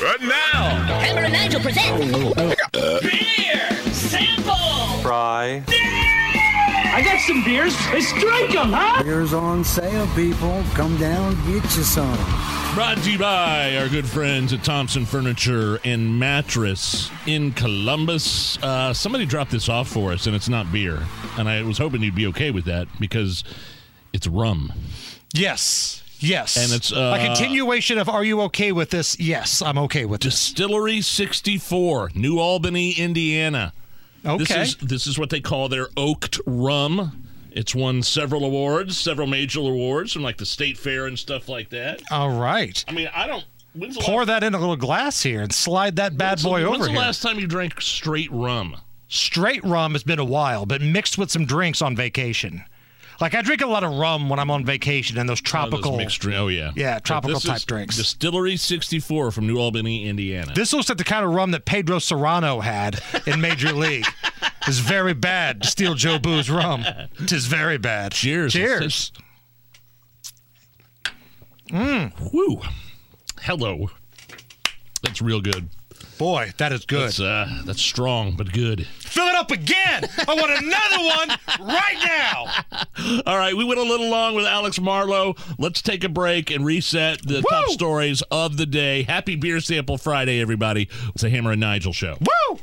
Right now, Hammer and Nigel present beer sample. Fry. I got some beers. Let's drink them, huh? Beer's on sale, people. Come down, get you some. Brought to you by our good friends at Thompson Furniture and Mattress in Columbus. Uh, somebody dropped this off for us, and it's not beer. And I was hoping you'd be okay with that because it's rum. Yes. Yes. And it's, uh, a continuation of Are You Okay with This? Yes, I'm okay with this. Distillery 64, New Albany, Indiana. This Okay. is this is what they call their oaked rum. It's won several awards, several major awards from like the state fair and stuff like that. All right. I mean, I don't. When's the Pour last, that in a little glass here and slide that bad when's the- boy when's over the here. last time you drank straight rum? Straight rum has been a while, but mixed with some drinks on vacation. Like I drink a lot of rum when I'm on vacation and those One of those tropical. mixed drink. Oh yeah, Yeah, But tropical this type is drinks. Distillery 64 from New Albany, Indiana. This looks like the kind of rum that Pedro Serrano had in Major League. It's very bad to steal Joe Boo's rum. It is very bad. Cheers. Cheers. Mmm. Mm. Woo. Hello. That's real good. Boy, that is good. That's uh, that's strong but good. Fill it up again. I want another one right now. All right, we went a little long with Alex Marlowe. Let's take a break and reset the top stories of the day. Happy Beer Sample Friday, everybody. It's a Hammer and Nigel show. Woo!